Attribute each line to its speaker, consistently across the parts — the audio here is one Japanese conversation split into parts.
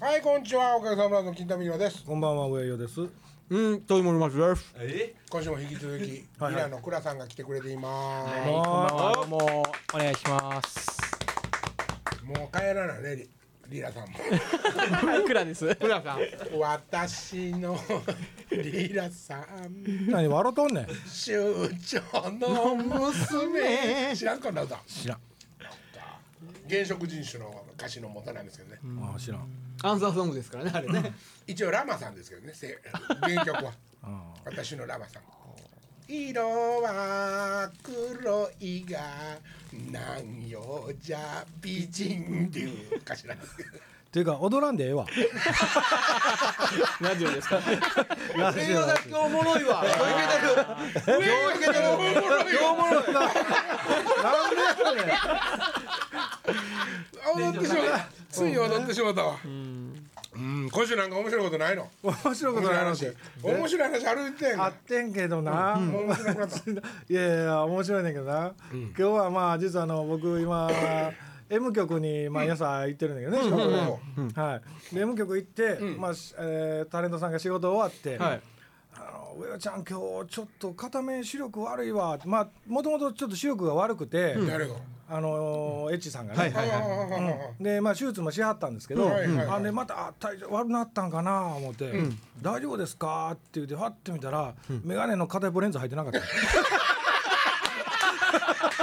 Speaker 1: はいこんにちはお客様の金田美良です
Speaker 2: こんばんは、上与です。
Speaker 3: うん、といもりますです。
Speaker 4: え
Speaker 1: 今週も引き続き
Speaker 2: はい
Speaker 1: 平野倉さんが来てくれています、
Speaker 3: はい、
Speaker 2: こん
Speaker 3: こん
Speaker 2: ば
Speaker 3: ば
Speaker 2: ん
Speaker 3: ん
Speaker 2: は
Speaker 3: は。どうも、お願いします。
Speaker 1: もう帰らないねリリラさんも
Speaker 3: いくらです。くらさん。
Speaker 1: 私のリラさん
Speaker 2: 何笑うとんねん。
Speaker 1: 州長の娘知らんかな歌
Speaker 2: 知らん。
Speaker 1: 原色人種の歌詞の元なんですけどね、
Speaker 2: ああ、知らん。
Speaker 3: アンサーソングですからね、あれね。
Speaker 1: 一応ラマさんですけどねせ原曲は
Speaker 2: あ
Speaker 1: 私のラマさん色は黒いがなんよじゃ美人っていう歌詞なんですけど
Speaker 2: っていうか、踊らんでええわ。
Speaker 3: ラジオですか。
Speaker 2: ラ
Speaker 4: え
Speaker 2: ジ
Speaker 4: ー、
Speaker 2: オ
Speaker 4: だけおもろいわ。
Speaker 1: 上をいけてる
Speaker 4: おもろい。
Speaker 1: 踊ってしまったついに踊ってしまったわうん今週なんか面白いことないの
Speaker 2: 面白いこ
Speaker 1: 面白
Speaker 2: と
Speaker 1: い
Speaker 2: ない
Speaker 1: 話
Speaker 2: 話。
Speaker 1: 面白い話歩いてん
Speaker 2: あ
Speaker 1: の
Speaker 2: ってんけどな。
Speaker 1: 面白くなった
Speaker 2: いやいや、面白いねんけどな。今日はまあ、実はあの、僕今、M 局に毎朝行ってるんだけどね、仕事で。はい。で、M 局行って、まあ、しえータレントさんが仕事終わって、
Speaker 3: はい。
Speaker 2: あの上田ちゃん今日ちょっと片面視力悪いわまあもともとちょっと視力が悪くて、
Speaker 1: 誰が
Speaker 2: あのーエッチさんがね、
Speaker 3: はいはい
Speaker 1: あああ
Speaker 3: は
Speaker 2: でまあ手術もしはったんですけど、
Speaker 1: うんはいはいはい
Speaker 2: あでまたあ体調悪くなったんかな思って、大丈夫ですか?」って言ってファって見たら、眼鏡の片一方レンズ入ってなかった
Speaker 1: あ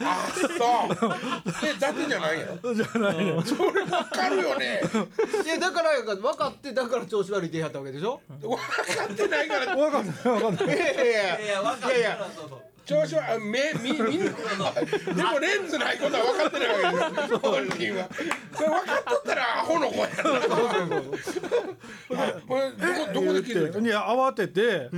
Speaker 1: あそうえだけじゃないやろ
Speaker 2: じゃないね
Speaker 1: それわかるよね
Speaker 4: いやだからやから分かってだから調子悪いって言いはったわけでしょ。
Speaker 1: 分かってないから
Speaker 2: 分かんない分かん ない
Speaker 1: いやいやいや
Speaker 4: 分かってるからそうそう。
Speaker 1: 調子はあ目みみんなでもレンズないことは分かってないわけですよ本人はこれ分かっとったらアホの子やなあこれどこどこで気づいた
Speaker 2: いや慌てて、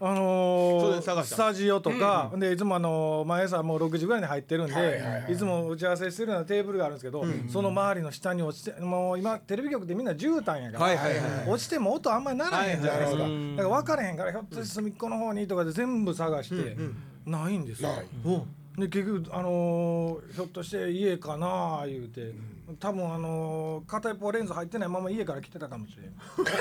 Speaker 2: あ
Speaker 3: そ
Speaker 2: の
Speaker 3: れで
Speaker 2: ー、
Speaker 3: 探した
Speaker 2: スタジオとか、でいつもあのー毎朝もう6時ぐらいに入ってるんで、
Speaker 1: はいいはいはい
Speaker 2: つも打ち合わせしてるようなテーブルがあるんですけど、その周りの下に落ちてもう今テレビ局でみんな絨毯やから、
Speaker 3: はいはいはい
Speaker 2: 落ちても音あんまりならへんじゃないですか、
Speaker 3: はいはい
Speaker 2: だから分かれへんからひょっとして隅っこの方にとかで全部探して、ないんですよ。
Speaker 1: ない
Speaker 2: で結局、あのーひょっとして家かなあ言うて、多分、あのー片一方レンズ入ってないまま家から来てたかもしれん。
Speaker 1: あ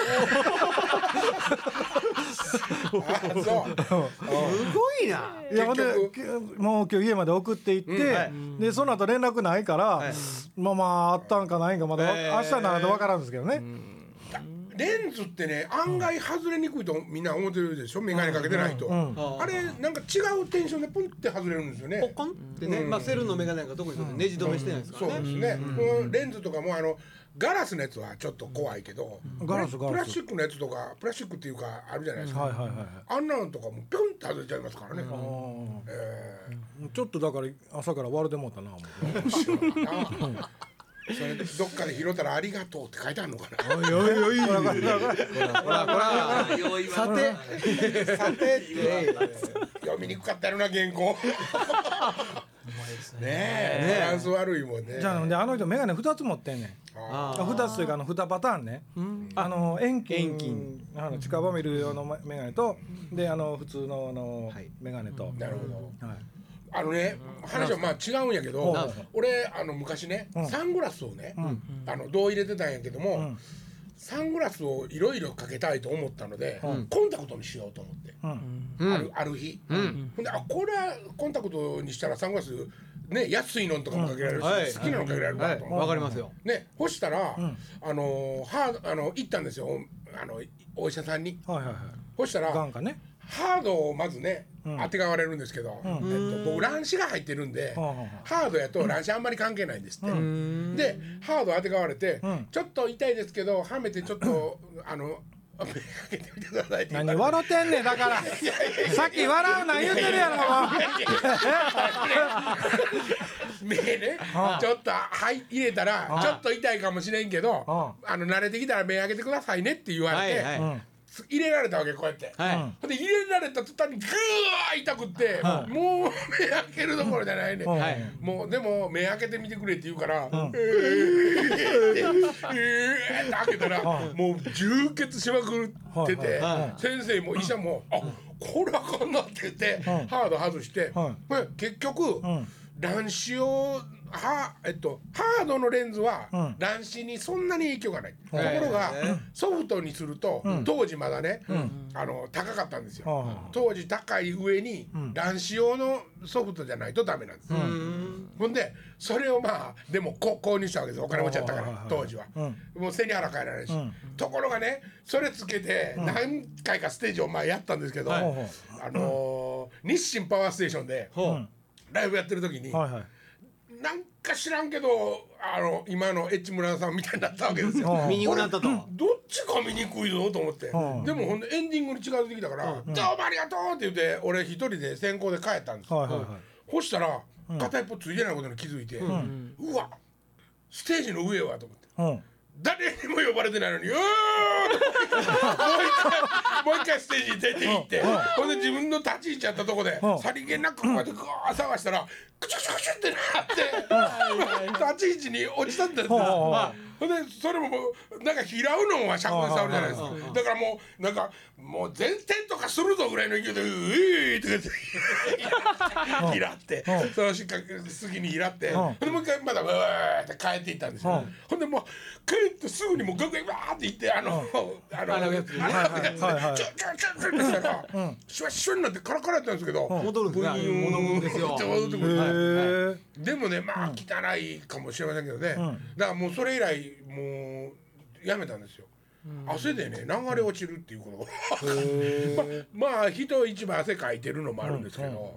Speaker 1: そう
Speaker 4: すごいな。
Speaker 2: いやほんで
Speaker 1: 結
Speaker 2: きもう今日家まで送っていって、でその後連絡ないから、まあまああったんかないんかまだ、わ
Speaker 3: えー
Speaker 2: 明日にならと分からんですけどね、
Speaker 1: レンズってね案外外れにくいとみんな思ってるでしょ眼鏡かけてないと
Speaker 4: ん
Speaker 1: あれなんか違うテンションでポンって外れるんですよ
Speaker 4: ポ
Speaker 1: ね
Speaker 4: コンってね、まあセルのメガネが特にそうでネジ止めしてないですか
Speaker 1: そう
Speaker 4: ら
Speaker 1: です
Speaker 4: ね。
Speaker 1: ねこのレンズとかもあのガラスのやつはちょっと怖いけど
Speaker 2: ガラス
Speaker 1: プラ
Speaker 2: ガ
Speaker 1: プラ
Speaker 2: ラス
Speaker 1: スチックのやつとかプラスチックっていうかあるじゃないですか
Speaker 2: はいはいはいはい
Speaker 1: あんなのとかもピョンって外れちゃいますからね。え
Speaker 2: ちょっとだから朝から笑うてもうたな思って
Speaker 1: ー知らんなそれどっかで拾ったらありがとうって書いてあるのかな。
Speaker 4: ほらほ ら。さて。
Speaker 1: さて読みにくかったやろな原稿。ねえバランス悪いもんね。
Speaker 2: じゃあであの人眼鏡2つ持ってんねん
Speaker 1: あ
Speaker 2: あ2つというかあの2パターンね、あの遠近あの近場見る用の眼鏡とであの普通のあの
Speaker 4: い
Speaker 2: 眼鏡と、
Speaker 1: ーなるほど。
Speaker 2: はい
Speaker 1: あのね話はまあ違うんやけど
Speaker 2: なんすか
Speaker 1: 俺あの昔ねサングラスをねあの銅入れてたんやけども
Speaker 2: ん
Speaker 1: サングラスをいろいろかけたいと思ったのでコンタクトにしようと思って。
Speaker 2: うん、
Speaker 1: あるある日、ほんであこれはコンタクトにしたらサングラス、ね、安いのとかもかけられるし、
Speaker 4: はい
Speaker 1: 好きなのかけられる
Speaker 4: は。
Speaker 1: ないと思う、
Speaker 4: わかりますよ。
Speaker 1: ね、干したら、あのハードあの行ったんですよあのお医者さんに
Speaker 2: はいはいはい
Speaker 1: 干したら
Speaker 2: 眼科ね
Speaker 1: ハードをまずね、あてがわれるんですけど、えっと、僕乱視が入ってるんで、
Speaker 2: うんうんうん
Speaker 1: ハードやと乱視あんまり関係ないんですって、でハードあてがわれて、ちょっと痛いですけどはめてちょっとあの目かけてみてくださいって言わ
Speaker 2: 何
Speaker 1: れて
Speaker 2: 笑ってんねんだからさっき笑うな言うてるやろもう
Speaker 1: 目ねちょっとはい入れたらちょっと痛いかもしれんけど
Speaker 2: あ
Speaker 1: あの慣れてきたら目開けてくださいねって言わ
Speaker 4: は
Speaker 1: れ
Speaker 4: い
Speaker 1: て、
Speaker 4: はい。
Speaker 1: す入れられたわけこうやって、
Speaker 4: は
Speaker 1: ほんで入れられた途端にグワー痛くって、もう目開けるどころじゃないね、
Speaker 2: うん
Speaker 4: はい
Speaker 1: もうでも目開けてみてくれって言うから、えーってえーって開けたら、もう充血しまくってて、
Speaker 2: はい
Speaker 4: は
Speaker 1: 先生も医者も「あこれあかんな」って言って、ハード外して、
Speaker 2: は
Speaker 1: まあ結局、乱視をはえっとハードのレンズは
Speaker 2: うん
Speaker 1: 乱視にそんなに影響がない、
Speaker 2: うん
Speaker 1: ところが、
Speaker 4: えー
Speaker 1: ソフトにすると、
Speaker 2: うん
Speaker 1: 当時まだね、
Speaker 2: うん
Speaker 1: あの高かったんですよ、
Speaker 2: は
Speaker 1: 当時高い上に、
Speaker 2: うん
Speaker 1: 乱視用のソフトじゃないとダメなんです、
Speaker 2: う
Speaker 3: うんん
Speaker 1: ほんでそれをまあでもこ購入したわけですお金持ちやったか
Speaker 2: はいはい
Speaker 1: ら
Speaker 2: はい
Speaker 1: 当時は、
Speaker 2: うん
Speaker 1: もう背に腹変えられないし、
Speaker 2: うん
Speaker 1: ところがねそれつけて
Speaker 2: ん
Speaker 1: 何回かステージを前やったんですけど、
Speaker 2: あほう
Speaker 1: あのー日清パワーステーションで
Speaker 2: ほう
Speaker 3: ほ
Speaker 1: ライブやってる時に、
Speaker 2: うんはいはい
Speaker 1: なんか知らんけどあの今のエッチ村さんみたいになったわけですよ。
Speaker 2: うん
Speaker 4: 見にくくなったと。
Speaker 1: どっちか見にくいぞと思って、
Speaker 2: うん
Speaker 1: でもほんでエンディングに近づいてきたから「どうもありがとう!」って言って俺一人で先行で帰ったんですよ、
Speaker 2: はいはいはい
Speaker 1: そしたら片一方ついてないことに気づいて、うわステージの上はと思って
Speaker 2: うん
Speaker 1: 誰にも呼ばれてないのに「うーん!」もう一回もう一回ステージに出て行って、ほんで自分の立ち位置やったとこで、
Speaker 2: うん
Speaker 1: さりげなくこうやってグワー探したらクチュクチュクチュってなって、立ち位置に落ちたんです
Speaker 2: ほうほうほう
Speaker 1: よ。ほんでそれももうなんか拾うのはしゃくで触るじゃないですかだからもうなんかもう前転とかするぞぐらいの勢いで「うえー!」とか言ってイラって
Speaker 2: うん
Speaker 1: その瞬間次にイラって
Speaker 2: ん
Speaker 1: ほんでもう一回まだうわーって帰っていったんです
Speaker 2: う
Speaker 1: よ
Speaker 2: ん
Speaker 1: ほんでもう帰ってすぐにもう楽屋にわーって行ってあのあのあ
Speaker 3: あ
Speaker 1: のや
Speaker 3: のや
Speaker 1: つ
Speaker 3: つ
Speaker 1: で
Speaker 3: で
Speaker 1: ちょ
Speaker 3: ね
Speaker 2: はいはい
Speaker 1: ちょちょちょってしたらシュワシュワになってカラカラやったんですけど
Speaker 3: う戻るんですねあれ戻るんですよ
Speaker 1: ちょうどってく
Speaker 2: へ
Speaker 1: る
Speaker 2: え
Speaker 1: でもねまあ汚いかもしれませんけどね、だからもうそれ以来もうやめたんですよ。汗でね流れ落ちるっていうことがまあまあ人一番汗かいてるのもあるんですけど、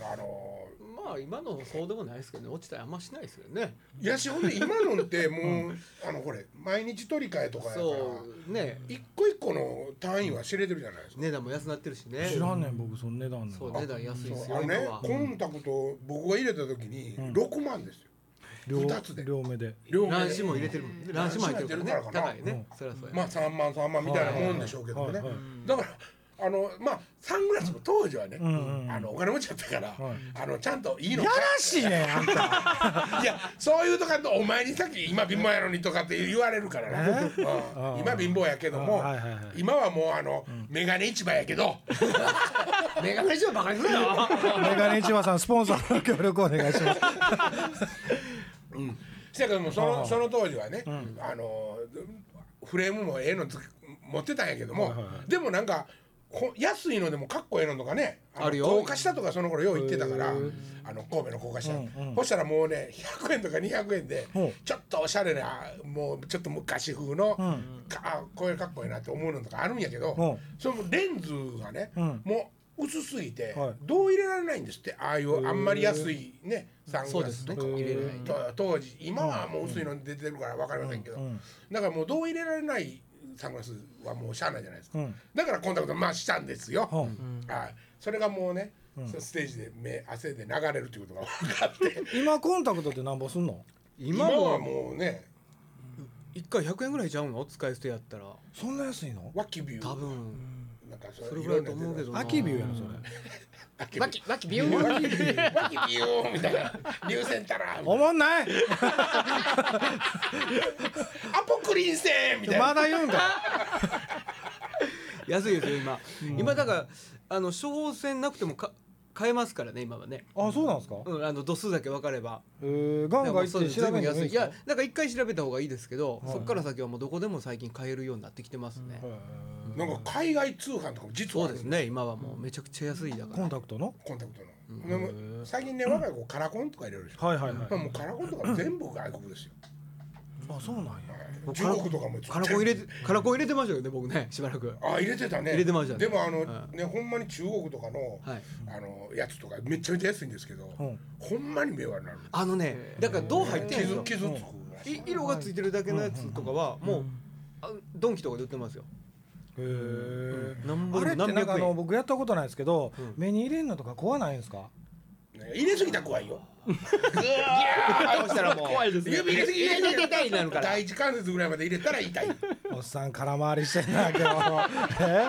Speaker 1: あの
Speaker 3: まあ今のそうでもないですけどね落ちたりあんましないですよね
Speaker 1: いやしほんで今のってもう、あのこれ毎日取り替えとかやから
Speaker 3: そうね
Speaker 1: 一個一個の単位は知れてるじゃないですか。
Speaker 3: 値段も安なってるしね
Speaker 2: 知らんねん僕その値段ね
Speaker 3: そう値段安いです
Speaker 1: あ
Speaker 3: よ
Speaker 1: の
Speaker 3: 今
Speaker 1: ね
Speaker 3: は
Speaker 1: コンタクト僕が入れた時に6万ですよ、
Speaker 2: 両
Speaker 1: 二つで
Speaker 2: 両目で
Speaker 1: 両
Speaker 3: 乱視
Speaker 1: 目
Speaker 3: も入れてるもんね乱視も入ってるからね高いねそりゃそう
Speaker 1: ま
Speaker 3: や
Speaker 1: あ3万3万みたいなもんでしょうけどもね、だからあのまあサングラスも当時はね、
Speaker 2: んうん
Speaker 1: あのお金持ちだったから、
Speaker 2: はい
Speaker 1: あのちゃんといいの
Speaker 2: やらしいねんあんた
Speaker 1: いやそういうとかお前にさっき今貧乏やのにとかって言われるからな、
Speaker 2: え
Speaker 1: うん今貧乏やけども、
Speaker 2: はいはいはい
Speaker 1: 今はもうあの、メガネ市場やけどメガネ市場バカにするよ
Speaker 2: メガネ市場さんスポンサーの協力お願いし ます
Speaker 1: せやけどもその
Speaker 2: はい
Speaker 1: その当時はね、あのフレームもええのつ持ってたんやけども、
Speaker 2: はいはいは
Speaker 1: でもなんかこ安いのでもかっこええのとかねの
Speaker 3: あるよ
Speaker 1: 高架下とかその頃よう言ってたからあの神戸の高架下、
Speaker 2: うんうん
Speaker 1: そしたらもうね100円とか200円で
Speaker 2: ほう
Speaker 1: ちょっとおしゃれなもうちょっと昔風の、
Speaker 2: ん
Speaker 1: かあこれかっこええなって思うのとかあるんやけど
Speaker 2: ほ
Speaker 1: そのレンズがね、
Speaker 2: うん
Speaker 1: もう薄すぎて、
Speaker 2: はい
Speaker 1: どう入れられないんですってああいうあんまり安いねサング
Speaker 3: そう
Speaker 1: ラ
Speaker 3: で
Speaker 1: ス
Speaker 3: す
Speaker 1: と
Speaker 3: ね
Speaker 1: か。
Speaker 3: 入れない
Speaker 1: と当時今はもう薄いの出てるから分かりませんけど、
Speaker 2: うん
Speaker 1: だからもうどう入れられないサングラスはもうしゃあないじゃないですか、
Speaker 2: うん
Speaker 1: だからコンタクトまあしたんですよ、
Speaker 2: ほう
Speaker 1: はいそれがもうね、そのステージで目汗で流れるっていうことが分かって
Speaker 2: 今コンタクトってなんぼすんの
Speaker 1: 今
Speaker 3: 今
Speaker 1: は
Speaker 3: も
Speaker 1: もうね
Speaker 3: 1回100円ぐらいちゃうの使い捨てやったら
Speaker 2: そんな安いの
Speaker 1: ワキビュー
Speaker 3: 多分
Speaker 1: なんかそ
Speaker 3: そ
Speaker 1: れ
Speaker 3: れ
Speaker 1: い
Speaker 3: ぐら
Speaker 1: ろん
Speaker 3: い
Speaker 1: なやつで
Speaker 3: と思うけどな
Speaker 2: 秋ビューやろそれ
Speaker 1: ワキビ
Speaker 5: わ
Speaker 1: ュ
Speaker 5: きわきビュー
Speaker 1: ーワキビューワキビューみたいな流線たらア
Speaker 2: おもんない
Speaker 1: ポクリン線みたいな、
Speaker 2: まだ言うん か
Speaker 3: 安いですよ今今だからあの処方箋なくてもか買えますからね今はね
Speaker 2: あそうなんですか
Speaker 3: うんあの度数だけ分かれば
Speaker 2: えーガンガン行って調べるのいいん
Speaker 3: い
Speaker 2: ですか
Speaker 3: やなんか一回調べた方がいいですけどそっから先はもうどこでも最近買えるようになってきてますね
Speaker 1: なんか海外通販とかも実
Speaker 3: そ
Speaker 1: は
Speaker 3: う
Speaker 1: ある
Speaker 3: です
Speaker 1: ん
Speaker 3: ね今はもうめちゃくちゃ安いだか
Speaker 2: コン
Speaker 3: ら
Speaker 2: タクトの
Speaker 1: コンタクトの、でも最近ね若い子カラコンとか入れるでしょ、
Speaker 2: はいはいはい
Speaker 1: まあもうカラコンとか全部外国ですよ
Speaker 2: あそうなんや
Speaker 1: 中国とかも
Speaker 3: カラコン入れてカラコン入れてましたよね僕ねしばらく
Speaker 1: あ入れてたね
Speaker 3: 入れてましたね
Speaker 1: でもあの、
Speaker 3: は
Speaker 1: ねほんまに中国とかの、
Speaker 3: はい
Speaker 1: あのやつとかめちゃめちゃ安いんですけど、
Speaker 2: うん
Speaker 1: ほんまに迷惑になる
Speaker 3: あのねだからどう入ってるんです
Speaker 1: 傷
Speaker 3: よ
Speaker 1: 傷つくらしい
Speaker 3: い色がついてるだけのやつとかはもうあドンキとかで売ってますよ
Speaker 2: へえ
Speaker 3: 何
Speaker 2: あ
Speaker 3: 本
Speaker 2: れって
Speaker 3: でも
Speaker 2: なん
Speaker 3: 何
Speaker 2: かあ
Speaker 3: 百
Speaker 2: の
Speaker 3: 円
Speaker 2: 僕やったことないですけど
Speaker 3: ん
Speaker 2: 目に入れんのとか怖ないんですか
Speaker 1: ね入れすぎたら怖いよ
Speaker 3: 倒したらもう怖いです
Speaker 1: 指入れすぎ
Speaker 3: 痛い痛い痛いなるから
Speaker 1: 第一関節ぐらいまで入れたら痛い
Speaker 2: おっさん空回りしてんな今日 え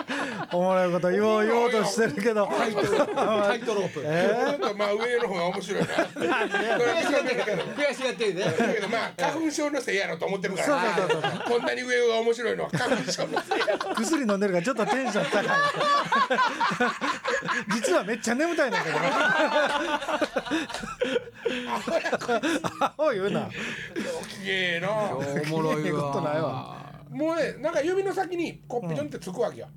Speaker 2: おもろいこと言おう言おうとしてるけど
Speaker 3: タイトロープ
Speaker 2: え
Speaker 1: ちょっとまあ上の方が面白いなこれは認めるけど
Speaker 3: 悔しがってるね
Speaker 1: だけどまあ花粉症のせいやろと思ってるか
Speaker 2: そう
Speaker 1: ら
Speaker 2: そうそう
Speaker 1: こんなに上が面白いのは花粉症のせいやろ
Speaker 2: 薬飲んでるからちょっとテンション高い 実はめっちゃ眠たいんだけどアホ言うな
Speaker 1: きれいな
Speaker 3: おもろい
Speaker 2: ええことない
Speaker 3: わ
Speaker 1: もうねなんか指の先にこうピョンってつくわけや、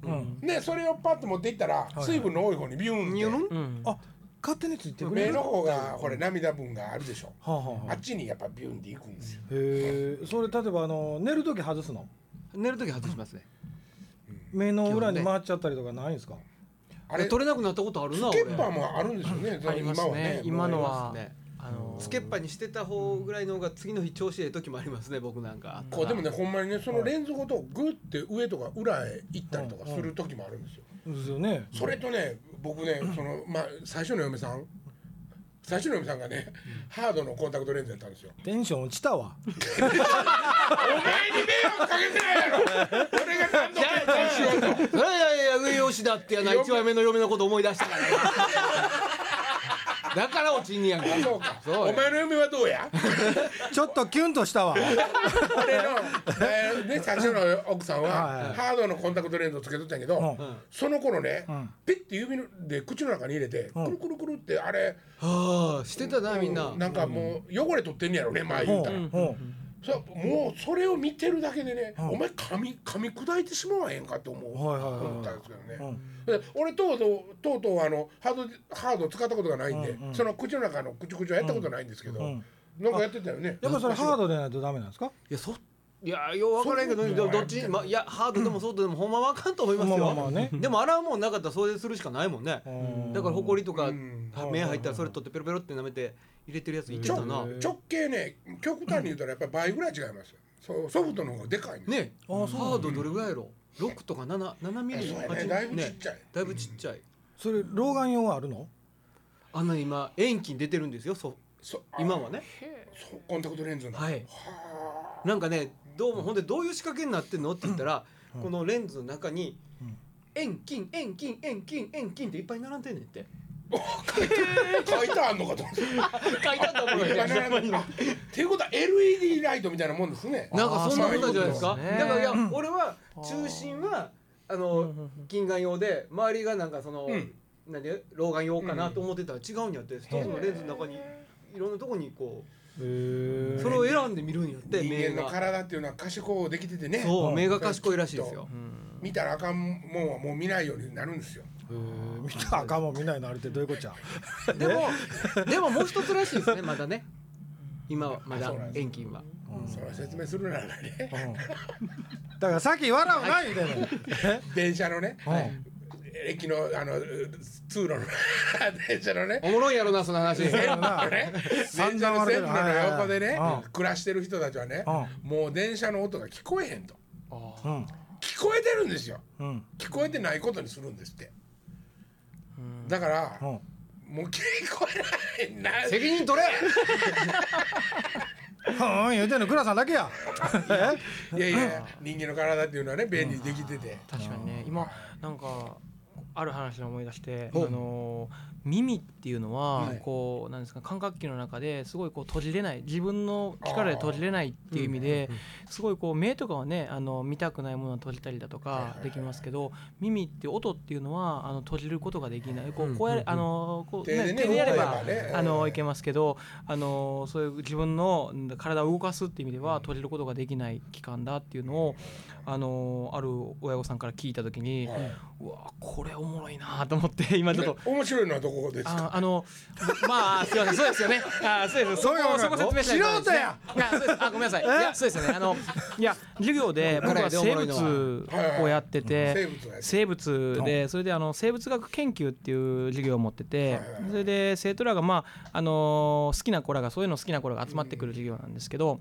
Speaker 1: でそれをパッと持っていったら水分の多い方にビューンって
Speaker 3: ニュルン
Speaker 4: うん
Speaker 2: あ勝手についてくれ
Speaker 1: 目
Speaker 2: る
Speaker 1: の
Speaker 2: は
Speaker 1: 方がこれ涙分があるでしょ
Speaker 2: あはあは
Speaker 1: あ
Speaker 2: あ
Speaker 1: っちにやっぱビューンっていくんですよ
Speaker 2: へえそれ例えばあの寝る時外すの
Speaker 3: 寝る時外しますね
Speaker 2: 目の裏に回っちゃったりとかないんですか
Speaker 1: あれス
Speaker 3: 取れなくなったことあるな
Speaker 1: ケッパー
Speaker 3: 俺
Speaker 1: もあるんですよね
Speaker 4: ありますね今のは
Speaker 3: ね
Speaker 4: あの
Speaker 3: つけっぱにしてた方ぐらいの方が次の日調子ええ時もありますね僕なんか
Speaker 1: こうでもねほんまにねそのレンズごとグッて上とか裏へ行ったりとかする時もあるんですよ
Speaker 2: ですよね
Speaker 1: それとね僕ねそのまあ最初の嫁さん最初の嫁さんがねハードのコンタクトレンズやったんですよ
Speaker 2: テンション落ちたわ
Speaker 1: お前に迷惑かけてないやろ 俺が何度結婚しようと
Speaker 3: いやいやいや上吉だってやな一話目の嫁のこと思い出した からねだから落ちんねやんか
Speaker 1: そうか
Speaker 3: そうよ
Speaker 1: お前の嫁はどうや
Speaker 2: ちょっとキュンとしたわ
Speaker 1: 俺の、えーね、最初の奥さん
Speaker 2: はいは
Speaker 1: はいハードのコンタクトレンズをつけとったんやけど、
Speaker 2: うん
Speaker 1: その頃ね、
Speaker 2: ん
Speaker 1: ピッて指で口の中に入れて、
Speaker 2: うん
Speaker 1: くるくるくるってあれ
Speaker 3: はあしてたなみんな
Speaker 1: なんかもう汚れ取ってんねやろね前
Speaker 2: ほ
Speaker 1: 言う
Speaker 2: う
Speaker 1: たら、
Speaker 2: ほ
Speaker 1: そもうそれを見てるだけでね、
Speaker 2: ん
Speaker 1: お前噛み噛み砕いてしまわへんかと思う、
Speaker 2: はいはいはい
Speaker 1: 思ったんですけどね、
Speaker 2: う
Speaker 1: で俺とうとうとうとうあのハードハード使ったことがないんで、
Speaker 2: うんうん
Speaker 1: その口の中の口口はやったことないんですけど、
Speaker 2: うん
Speaker 1: なんかやってたよね
Speaker 2: やっぱそれハードでないとダメなんですか
Speaker 3: いやそいやよう分からへんけど
Speaker 1: そう
Speaker 3: どどっち、ま、いやハードでもソフトでもほんまわかんと思いますよ、
Speaker 2: まあまあまあね
Speaker 3: でも洗うもんなかったらそれでするしかないもんね
Speaker 2: うん
Speaker 3: だからほこりとか
Speaker 1: うん
Speaker 3: 目入ったらそれ取ってペロペロって舐めて入れてるやついて
Speaker 1: ちょ
Speaker 3: たな
Speaker 1: 直径ね極端に言うたらやっぱり倍ぐらい違いますよそうソフトの方がでかいね
Speaker 3: ねハードどれぐらいやろ6とか77ミリ
Speaker 1: そうやね
Speaker 3: 8
Speaker 1: だいぶちっちゃい
Speaker 3: ねだいぶちっちゃい
Speaker 2: それ老眼用はあるの
Speaker 3: あんな今遠近出てるんですよそ
Speaker 1: そあ
Speaker 3: 今はね
Speaker 1: そうコンタクトレンズの、
Speaker 3: はいなんかねどうもほんでどういう仕掛けになってんのって言ったら、このレンズの中に遠近遠近遠近遠近っていっぱい並んでんねんって
Speaker 1: 書いてあんのかと思って
Speaker 3: 書いてあったもんね
Speaker 1: あっていうことは LED ライトみたいなもんですね
Speaker 3: なんかそんなもんなんじゃないですか。
Speaker 4: あーそうい
Speaker 3: だ
Speaker 4: うことですね
Speaker 3: からいや、俺は中心はあの近眼用で周りがなんかその、
Speaker 1: うん
Speaker 3: なんで老眼用かなと思ってたら違うんやって、一つのレンズの中にいろんなとこにこうそれを選んで見るんやって
Speaker 1: 人
Speaker 3: 目
Speaker 1: 間の
Speaker 3: が。
Speaker 1: 体っていうのは賢うできててね
Speaker 3: そううん目が賢いらしいですよ。
Speaker 1: 見たらあかんもんはもう見ないようになるんですよ
Speaker 2: へえ見たら赤も見ないのあれってどういうことじゃ
Speaker 3: でも でももう一つらしいですねまだね。今はま
Speaker 1: あ
Speaker 3: だ
Speaker 1: そうなんです
Speaker 3: 遠近は。
Speaker 1: それは説明するならね
Speaker 2: うんだからさっき笑うないみたいな
Speaker 1: 電車のね
Speaker 2: え
Speaker 1: 駅のあの通路の電車のね
Speaker 3: おもろいやろなその話。
Speaker 1: 全部のね電車の線路の横でね
Speaker 2: う
Speaker 1: 暮らしてる人たちはね
Speaker 2: う
Speaker 1: もう電車の音が聞こえへんと
Speaker 2: うん
Speaker 1: 聞こえてるんですよ
Speaker 2: うん
Speaker 1: 聞こえてないことにするんですってだから
Speaker 2: う
Speaker 1: も
Speaker 2: ん
Speaker 1: う聞こえないな
Speaker 3: 責任取れ。
Speaker 2: うん言うてんの倉さんだけや
Speaker 1: いやいや人間の体っていうのはね便利にできてて
Speaker 4: 確かにね今なんかある話を思い出してあ
Speaker 3: ほう
Speaker 4: の耳っていうのは
Speaker 1: はい
Speaker 4: こうなんですか感覚器の中ですごいこう閉じれない自分の力で閉じれないっていう意味ですごいこう目とかはねあの見たくないものを閉じたりだとかできますけど耳って音っていうのはあの閉じることができないこうこうやれあのこう
Speaker 1: 手で
Speaker 4: ね
Speaker 1: ね
Speaker 4: 手でやれ
Speaker 1: 動
Speaker 4: ば
Speaker 1: かせばね
Speaker 4: あのいけますけどあのそういう自分のん体を動かすっていう意味では閉じることができない器官だっていうのをあのある親御さんから聞いた時に、
Speaker 1: はいう
Speaker 4: わこれおもろいなと思って今ちょっと。
Speaker 1: 面白いのはどこですか
Speaker 4: ああのまあすいませんそうですよねあそうですそ
Speaker 2: そ
Speaker 4: こ
Speaker 2: うよ
Speaker 4: そこ説明しない
Speaker 2: 素
Speaker 4: と
Speaker 2: 人や
Speaker 4: いやそうですあごめんなさいいやそうですよねあのいや授業で僕は生物をやってて
Speaker 1: 生物がやつ
Speaker 4: 生物でそれであの生物学研究っていう授業を持っててそれで生徒らがまああのー好きな子らがそういうの好きな子らが集まってくる授業なんですけど。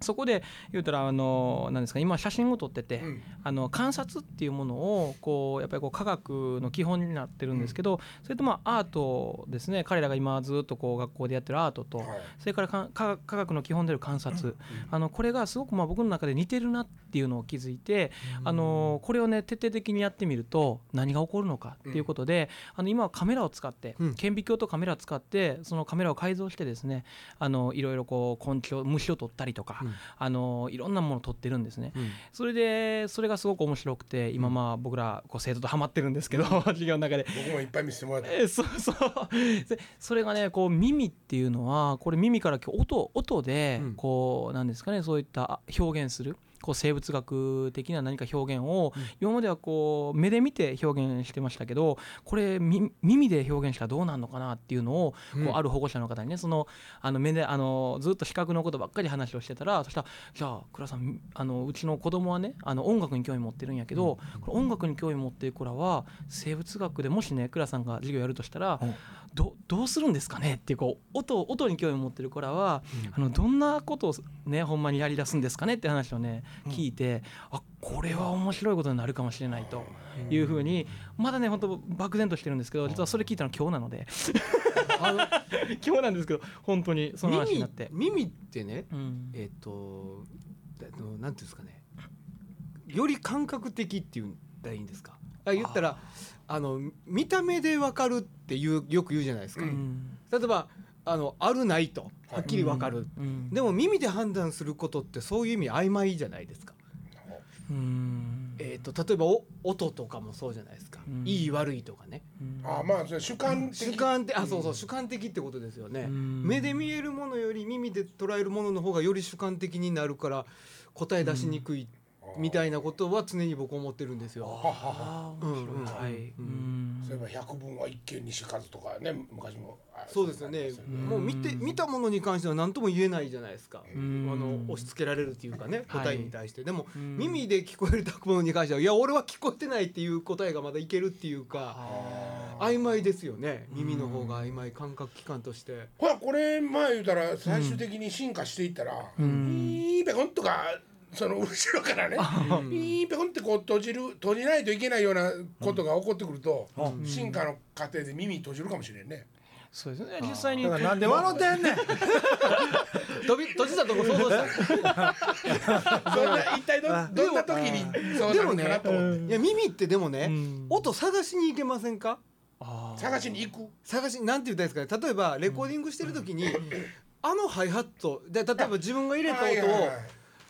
Speaker 4: そこで言うたらあのなんですか今写真を撮ってて、
Speaker 1: うん
Speaker 4: あの観察っていうものをこうやっぱりこう科学の基本になってるんですけど、それとまあアートですね彼らが今ずっとこう学校でやってるアートと、
Speaker 1: はい
Speaker 4: それからか科科学の基本である観察、あのこれがすごくまあ僕の中で似てるなっていうのを気づいて、あのこれをね徹底的にやってみると何が起こるのかっていうことで、あの今はカメラを使って、
Speaker 3: うん
Speaker 4: 顕微鏡とカメラを使ってそのカメラを改造してですねあのいろいろこう根気を虫を取ったりとか、
Speaker 3: うん
Speaker 4: あのいろんなものを撮ってるんですね、それでそれがすごく面白くて今まあ僕らこう生徒とハマってるんですけど 授業の中で
Speaker 1: 僕もいっぱい見せてもらって
Speaker 4: えーそうそう そそれがねこう耳っていうのはこれ耳からきょ音音で
Speaker 3: うん
Speaker 4: こうなんですかねそういった表現するこう生物学的な何か表現を
Speaker 3: うん
Speaker 4: 今まではこう目で見て表現してましたけどこれみ耳で表現したらどうなるのかなっていうのを
Speaker 3: うん
Speaker 4: こうある保護者の方にねそのあの目であのずっと視覚のことばっかり話をしてたらそしたら「じゃあ倉さんあのうちの子供はねあの音楽に興味持ってるんやけど、これ音楽に興味持ってる子らは生物学でもしね倉さんが授業やるとしたら、
Speaker 3: うん
Speaker 4: どどうするんですかねっていうこう音音に興味持ってる子らは、あのどんなことをねほんまにやりだすんですかねって話をね聞いて、あこれは面白いことになるかもしれないというふうにまだね本当漠然としてるんですけど実はそれ聞いたの今日なので
Speaker 3: あの
Speaker 4: 今日なんですけど本当にその話に
Speaker 3: 耳
Speaker 4: な
Speaker 3: っ
Speaker 4: って
Speaker 3: て。耳ってね
Speaker 4: うん
Speaker 3: えっ、とあのなんていうんですかねより感覚的っていうんだらいいんですかあ言ったらあの見た目でわかるっていうよく言うじゃないですか、
Speaker 1: う
Speaker 4: うん
Speaker 3: 例えばあのあるないとはっきりわかる、、
Speaker 4: うん
Speaker 3: でも耳で判断することってそういう意味曖昧じゃないですか、
Speaker 4: うん
Speaker 3: えっと例えばお音とかもそうじゃないですか、
Speaker 4: うん
Speaker 3: いい悪いとかね
Speaker 4: うん
Speaker 1: あまあそれ主観的
Speaker 3: 主観ってあそうそう主観的ってことですよね、
Speaker 4: うん
Speaker 3: 目で見えるものより耳で捉えるものの方がより主観的になるから答え出しにくいみたいなことは常に僕思ってるんですよ。
Speaker 1: ははは
Speaker 4: あー
Speaker 3: うん
Speaker 4: 面白い
Speaker 3: うん
Speaker 4: はい
Speaker 3: うん
Speaker 4: うん
Speaker 1: そういえば百分は一見にしかずとかね昔もあ
Speaker 3: そうですよね
Speaker 1: そ。
Speaker 4: ん
Speaker 3: もう見て見たものに関しては何とも言えないじゃないですか。あ
Speaker 4: うん
Speaker 3: の押し付けられるっていうかね
Speaker 4: はい
Speaker 3: 答えに対してでも
Speaker 4: うん
Speaker 3: 耳で聞こえるものに関してはいや俺は聞こえてないっていう答えがまだいけるっていうか
Speaker 1: あー
Speaker 3: 曖昧ですよね耳の方が曖昧感覚器官として。
Speaker 1: ほらこれ前言うたら最終的に進化していったら「
Speaker 4: う
Speaker 1: い
Speaker 4: ん
Speaker 1: いペコン」とかその後ろからね「いいペコン」ってこう閉じる閉じないといけないようなことが起こってくると、進化の過程で耳閉じるかもしれんね。
Speaker 4: そうですね実際に
Speaker 2: だからなんで笑ってんねん
Speaker 3: 飛び閉じたとこ想像 した
Speaker 1: そんな一体どどんな時にそうなるかなと思って、
Speaker 3: いや耳ってでもね
Speaker 4: うん
Speaker 3: 音探しに行けませんか
Speaker 4: あー
Speaker 1: 探しに行く。
Speaker 3: 探しなんて言ったらいいですかね例えばレコーディングしてる時に、あのハイハットで例えば自分が入れた音を、
Speaker 1: はいはいはい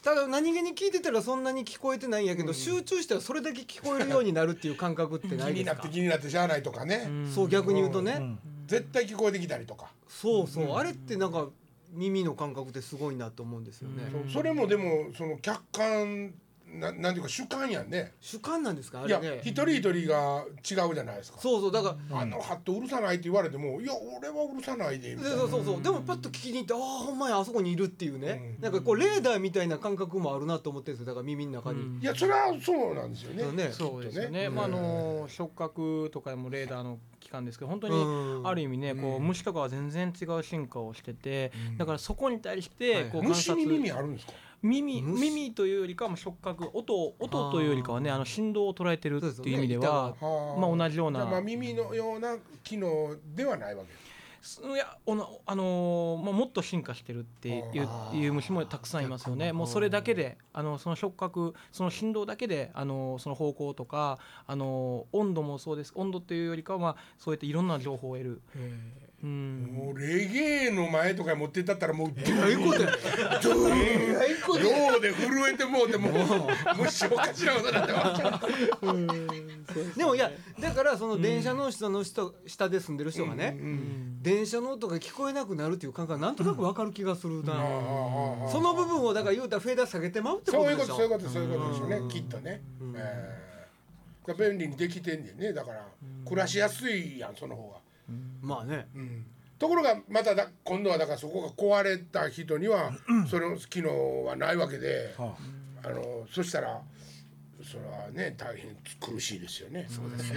Speaker 3: ただ何気に聞いてたらそんなに聞こえてないんやけど、集中したらそれだけ聞こえるようになるっていう感覚って
Speaker 1: 気
Speaker 3: ない
Speaker 1: に
Speaker 3: です
Speaker 1: なっ
Speaker 3: か
Speaker 1: て気になってしゃあないとかね、
Speaker 3: そう逆に言うとね、
Speaker 1: 絶対聞こえてきたりとか、
Speaker 3: そうそう、あれってなんか耳の感覚ってすごいなと思うんですよね、
Speaker 4: うん
Speaker 1: それもでもその客観ななんていうか主観やんね
Speaker 3: 主観なんですかあ
Speaker 1: いや
Speaker 3: れね
Speaker 1: 一人一人が違うじゃないですか、
Speaker 3: そうそうだから、
Speaker 1: あのハットうるさないって言われてもいや俺はうるさないでみ
Speaker 3: で
Speaker 1: たいな
Speaker 3: そうそうそうでもパッと聞きに行ってああほんまやあそこにいるっていうね、なんかこうレーダーみたいな感覚もあるなと思ってるんですよだから耳の中に、
Speaker 1: いやそれはそうなんですよね
Speaker 3: ね
Speaker 4: そうですよ
Speaker 1: きっとね
Speaker 4: ね、まあ、あの触覚とかもレーダーの期間ですけど本当
Speaker 3: う
Speaker 4: に
Speaker 3: ん
Speaker 4: ある意味ねこう虫とかは全然違う進化をしててだからそこに対し
Speaker 3: は
Speaker 4: て
Speaker 3: い
Speaker 4: こう観
Speaker 1: 虫
Speaker 4: 察
Speaker 1: に耳あるんですか
Speaker 4: 耳
Speaker 3: 虫
Speaker 4: 耳というよりかはもう触覚音を音というよりかはねあの振動を捉えてる
Speaker 3: そうですよ
Speaker 4: って
Speaker 3: ね
Speaker 4: いう意味では
Speaker 3: 板
Speaker 4: まあ同
Speaker 1: じ
Speaker 4: じよう
Speaker 1: じゃ
Speaker 4: な
Speaker 1: あまあ耳のような機能ではないわけです
Speaker 4: すいやおなあのーまあ、もっと進化してるっていう
Speaker 3: あー
Speaker 4: いう虫もたくさんいますよねもうそれだけであのその触覚その振動だけであのその方向とかあの温度もそうです温度っていうよりかは、まあ、そうやっていろんな情報を得る。うん
Speaker 1: もうレゲエの前とかに持ってったったらもうドゥ
Speaker 3: えらいことや
Speaker 1: ドゥ
Speaker 3: え
Speaker 1: ー
Speaker 3: らいことや
Speaker 1: ンで震えてもうてもう虫おかしなことになってま
Speaker 3: でもいやだからその電車の下の人下で住んでる人がね、電車の音が聞こえなくなるっていう感覚はなんとなくわかる気がするな、
Speaker 1: す
Speaker 3: その部分をだから言うたらフェーダー下げてまうって
Speaker 1: そ
Speaker 3: こ
Speaker 1: う
Speaker 3: と
Speaker 1: いうこ
Speaker 3: でし
Speaker 1: と
Speaker 3: ょ
Speaker 1: そういうことそういうことですよねきっとね、えー便利にできてんねんねだから暮らしやすいやんその方が、
Speaker 3: まあね
Speaker 1: うん、ところがまただ今度はだからそこが壊れた人にはその機能はないわけで、
Speaker 2: は
Speaker 1: あのそしたらそれはね大変苦しいですよねそうです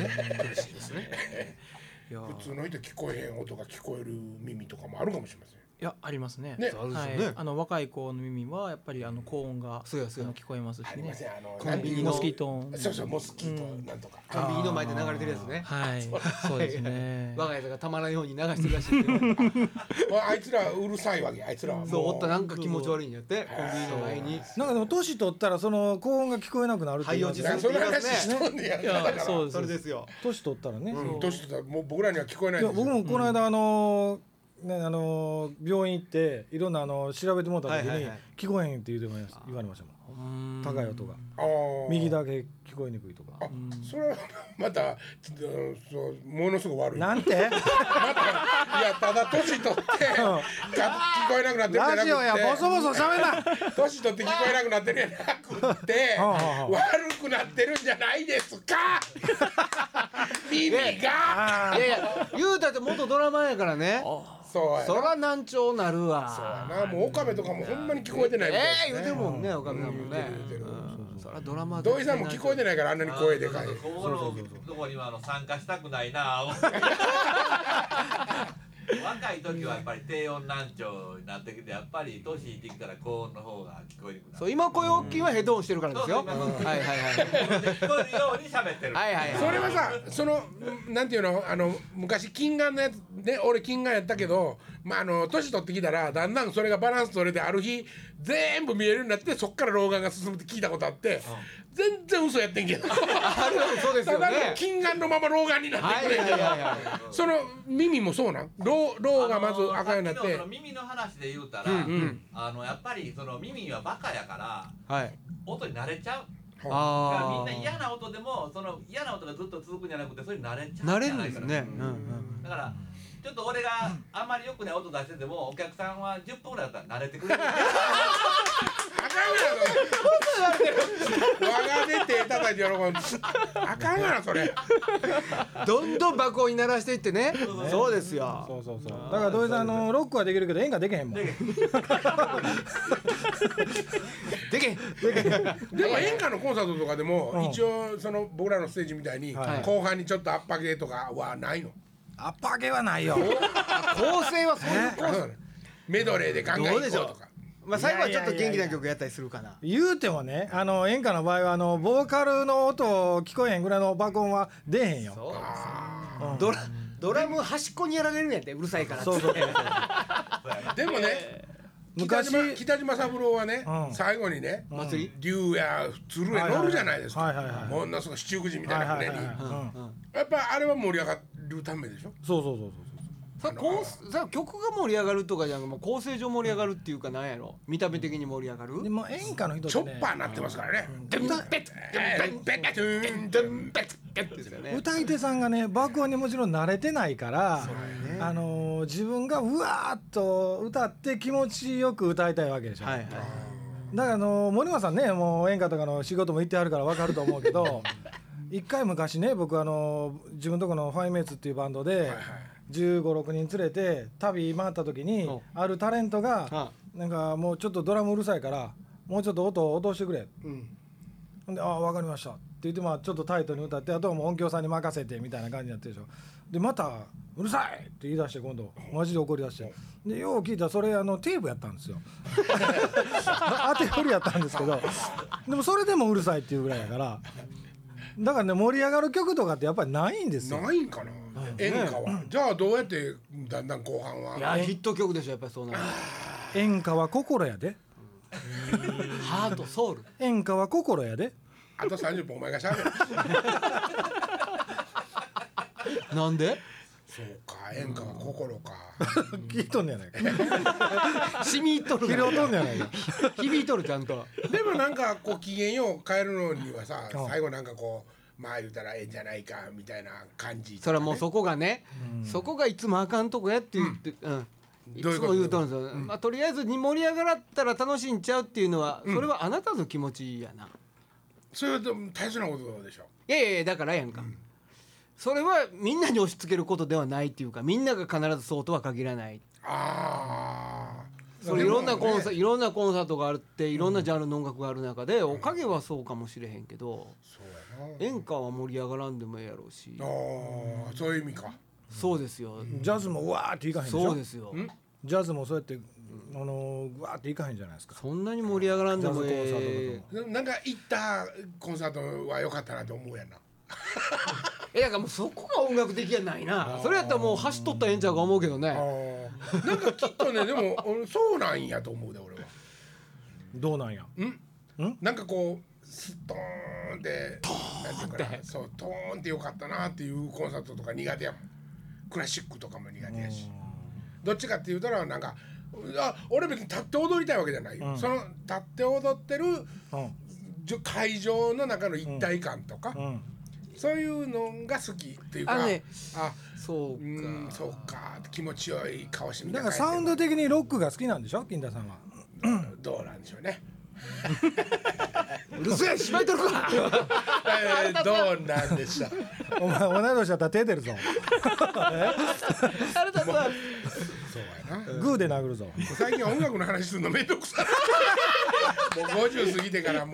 Speaker 1: ね
Speaker 4: いや
Speaker 1: 普通の人聞こえへん音が聞こえる耳とかもあるかもしれません
Speaker 4: いやありますね
Speaker 1: ね
Speaker 3: そうあ
Speaker 4: は
Speaker 3: るでしょうね
Speaker 4: い、あの若い子の耳はやっぱりあの高音が
Speaker 3: そうやそうや
Speaker 4: あの聞こえますし
Speaker 1: ありませ
Speaker 4: ね
Speaker 1: んあの
Speaker 3: コンビニの
Speaker 4: モスキート音
Speaker 1: そうそうモスキートなんとか、
Speaker 3: コンビニの前で流れてるやつね
Speaker 4: はいそうですね
Speaker 3: 我が家がたまらんように流してるらしいけ ど
Speaker 1: あいつらうるさいわけあいつらはも
Speaker 3: そうおったなんか気持ち悪いんやってコンビニの前に
Speaker 2: なんかでも年取ったらその高音が聞こえなくなるっていう
Speaker 3: はいおじさ
Speaker 1: なん
Speaker 3: ん
Speaker 1: かそんな話しとんねや
Speaker 4: い
Speaker 1: だから
Speaker 4: やそうです
Speaker 3: それですよ
Speaker 2: 年取ったらね、
Speaker 1: うん年取ったらもう僕らには聞こえない
Speaker 2: いや僕もこの間あのーねあのー病院行っていろんなあのー調べてもらった時
Speaker 3: はい
Speaker 2: に
Speaker 3: はいはい
Speaker 2: 聞こえへんって言うてもらいました言われましたもん高い音が
Speaker 1: あー
Speaker 2: 右だけ聞こえにくいとか
Speaker 1: あそれはまたちょっとそうものすごく悪い
Speaker 2: なんて
Speaker 1: いやただ年取ってが聞こえなくなってるんじゃな
Speaker 2: ラ
Speaker 1: くて
Speaker 2: ジオやボソボソ喋んな
Speaker 1: 年取って聞こえなくなってるんじゃなくて
Speaker 2: うんうんうん
Speaker 1: 悪くなってるんじゃないです か耳が
Speaker 2: あ
Speaker 3: いやいや言うたって元ドラマやからね
Speaker 1: そうや
Speaker 3: そ
Speaker 1: な
Speaker 3: ら難聴なる
Speaker 1: そうや
Speaker 3: わ
Speaker 1: なもう岡部とかもほんまに聞こえてないみたいです
Speaker 3: ええ言うてるもんね岡部さんもね
Speaker 1: 言うてる言うてる
Speaker 3: うんそらドラマ
Speaker 1: 土井さんも聞こえてないからあんなに声でかい
Speaker 5: あのここのとこにはあの参加したくないな。若い時はやっぱり低音難聴になってきてやっぱり年いってきたら高音の方が聞こえにくくな
Speaker 3: そう
Speaker 5: る。
Speaker 3: 今声大きいはヘッドホンしてるからですよ
Speaker 5: うん
Speaker 3: はいはいはい
Speaker 5: 聞こえるように喋ってる。
Speaker 3: はいはいはい
Speaker 1: それはさそのんなんていうのあの昔金眼のやつね俺金眼やったけどまああの年取ってきたらだんだんそれがバランス取れてある日全部見えるようになってそっから老眼が進むって聞いたことあって、全然嘘やってんけど
Speaker 3: あるそうです
Speaker 1: た
Speaker 3: よね
Speaker 1: だの金眼のまま老眼になって
Speaker 3: は
Speaker 1: く
Speaker 3: い
Speaker 1: れ
Speaker 3: はい
Speaker 1: ん
Speaker 3: は
Speaker 1: け
Speaker 3: い
Speaker 1: ど
Speaker 3: は
Speaker 1: その耳もそうなん老老がまず赤ようになっ
Speaker 5: あのさっきの
Speaker 1: て
Speaker 5: その耳の話で言うたら、
Speaker 3: うんうん
Speaker 5: あのやっぱりその耳はバカやから
Speaker 3: いはい
Speaker 5: 音に慣れちゃう。だからみ
Speaker 3: あ
Speaker 5: んな
Speaker 3: ー
Speaker 5: 嫌な音でもその嫌な音がずっと続くんじゃなくてそれに慣れちゃう
Speaker 3: 慣
Speaker 5: んじ
Speaker 3: れ
Speaker 5: ゃ
Speaker 3: るん
Speaker 5: な
Speaker 3: で
Speaker 5: い
Speaker 3: す
Speaker 5: かな
Speaker 3: ねうんうん
Speaker 5: だからちょっと俺があんまり良くない音出しててもお客さんは10分ぐらいだったら慣れてくれる
Speaker 1: あかんわ な我が出て叩いて喜ぶあかんがなそれ
Speaker 3: どんどん爆音に鳴らしていってねそうですよ
Speaker 2: そうそうそうだから土井さんあのロックはできるけど演歌できへんもん
Speaker 3: でけ
Speaker 1: でも演歌のコンサートとかでも一応その僕らのステージみたいに
Speaker 2: はい
Speaker 1: 後半にちょっとアッパゲとかはないの
Speaker 2: アッパー系はない よ
Speaker 3: 構成はそういう
Speaker 1: あそうなのメドレーでガンガン行こうと
Speaker 3: どうで
Speaker 1: か
Speaker 3: まあ最後はちょっと元気な曲やったりするかな
Speaker 2: 言うてもねあの演歌の場合はあのボーカルの音聞こえへんぐらいの爆音は出へんよ
Speaker 3: そう
Speaker 2: うん
Speaker 3: ドラドラム端っこにやられるんやって うるさいから
Speaker 2: そうそうそう
Speaker 1: でもね北
Speaker 2: 昔
Speaker 1: 島北島三郎はね
Speaker 2: うん
Speaker 1: 最後にね
Speaker 3: 祭り
Speaker 1: 竜や鶴へ乗るじゃないです
Speaker 2: はいはいはい
Speaker 1: か
Speaker 2: はい
Speaker 1: ものすごい七福神みたい
Speaker 2: はい
Speaker 1: な
Speaker 2: はい
Speaker 1: 船
Speaker 2: は
Speaker 1: に
Speaker 2: いはいうん
Speaker 1: やっぱあれは盛り上がるためでしょ
Speaker 2: そうそうそう
Speaker 3: さこうさ曲が盛り上がるとかじゃなくもう構成上盛り上がるっていうかなんやろ見た目的に盛り上がる
Speaker 2: そうでも演歌の人
Speaker 1: チョ
Speaker 2: って
Speaker 1: ッ
Speaker 2: ね
Speaker 1: パーなってますからねドゥンベッドゥンベッドゥンドゥンベッ
Speaker 3: ですよね
Speaker 2: 歌い手さんがね爆音にもちろん慣れてないから、あのー自分がうわーっと歌って気持ちよく歌いたいわけでしょ、
Speaker 3: はいはい
Speaker 2: だからあのー森間さんねもう演歌とかの仕事も行ってあるから分かると思うけ ど一回昔ね僕あのー自分とこのファイメイツっていうバンドで1 5六6人連れて旅回った時に
Speaker 3: お
Speaker 2: あるタレントが
Speaker 3: は
Speaker 2: なんかもうちょっとドラムうるさいからもうちょっと音を落としてくれ
Speaker 3: うん
Speaker 2: ほんで「ああ分かりました」って言ってまあちょっとタイトに歌ってあとはもう音響さんに任せてみたいな感じになってるでしょでまた「うるさい!」って言い出して今度マジで怒り出してでよう聞いたらそれあのテープやったんですよ 当て振りやったんですけどでもそれでもうるさいっていうぐらいやからだからね盛り上がる曲とかってやっぱりないんですよ
Speaker 1: ないんかな演歌はじゃあどうやってだんだん後半はい
Speaker 3: やヒット曲でしょやっぱりそうなる
Speaker 2: 演歌は心やで
Speaker 3: ハートソウル
Speaker 2: 演歌は心やで
Speaker 1: あと30分お前がしゃべる
Speaker 3: なんで
Speaker 1: そうか演歌は心か
Speaker 2: 聞いとんねやないか
Speaker 3: 染み入っとる
Speaker 2: 切れ
Speaker 3: 響
Speaker 2: 落とんねやないか
Speaker 3: いとるちゃん と
Speaker 1: でもなんかこう機嫌よう変えるのにはさ
Speaker 2: うん
Speaker 1: 最後なんかこうまあ言うたらええんじゃないかみたいな感じ
Speaker 3: それはもうそこがねそこがいつもあかんとこやって言ってうんい
Speaker 1: どうい
Speaker 3: つ
Speaker 1: うこと
Speaker 3: も言うとるんですよ、まあ、とりあえずに盛り上がったら楽しんちゃうっていうのは、それはあなたの気持ちやな
Speaker 1: それはでも大切なことでしょ
Speaker 3: いやいやいやだからやんか、それはみんなに押し付けることではないっていうかみんなが必ずそうとは限らない
Speaker 1: ああ
Speaker 3: それいろんなコンサ、
Speaker 1: ート
Speaker 3: いろんなコンサートがあっていろんなジャンルの音楽がある中で、おかげはそうかもしれへんけど、
Speaker 1: そうや
Speaker 3: 演歌は盛り上がらんでもええやろうし、
Speaker 1: なあーそういう意味か
Speaker 3: そうですよ、
Speaker 2: ジャズもうわーっていかへんでしょ
Speaker 3: そうですよ、
Speaker 2: ジャズもそうやって、あのー、ぐわーっていかへんじゃないですか。
Speaker 3: そんなに盛り上がらんでも
Speaker 2: ジャズコンサートと
Speaker 3: え
Speaker 2: かも
Speaker 1: ななんか行ったコンサートは良かったなと思うやんな
Speaker 3: ええだからもうそこが音楽的やないなそれやったらもう箸取ったらええんちゃうか思うけど
Speaker 1: あ
Speaker 3: ね
Speaker 1: ーなんかきっとねでもうんそうなんやと思うで俺は
Speaker 2: どうなんや。
Speaker 1: なんかこうストーンでなんていうかなそうトーンってよかったなっていうコンサートとか苦手やもんクラシックとかも苦手やしどっちかっていうとなんかあ俺別に立って踊りたいわけじゃないよ、
Speaker 2: うん
Speaker 1: その立って踊ってる
Speaker 2: うん
Speaker 1: じょ会場の中の一体感とか、
Speaker 2: うん
Speaker 1: そういうのが好きっていうか
Speaker 3: あのね
Speaker 1: あ
Speaker 3: そううか
Speaker 1: ーんそうか気持ちよい顔してみ
Speaker 2: だ
Speaker 1: た
Speaker 2: からサウンド
Speaker 1: で
Speaker 2: 的にロックが好きなんでしょ金田さんは
Speaker 1: どうなん でしょうね
Speaker 3: うるせえしまいとるか
Speaker 1: えーどうなんでしょう
Speaker 2: お前同い年だったら手出るぞ
Speaker 4: あれださ
Speaker 1: そう やな
Speaker 2: グーで殴るぞ
Speaker 1: 最近音楽の話するのめんどくさいもう50過ぎてからもう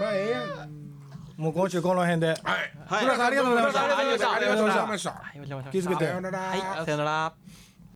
Speaker 1: まあええやんはい
Speaker 2: もう今週この辺で
Speaker 1: はい
Speaker 2: 浦さんありがとうございました
Speaker 3: ありがとうございました
Speaker 1: ありがとうございました
Speaker 4: はいお邪魔しました
Speaker 2: 気づけて
Speaker 1: さようなら、
Speaker 4: はいさよなら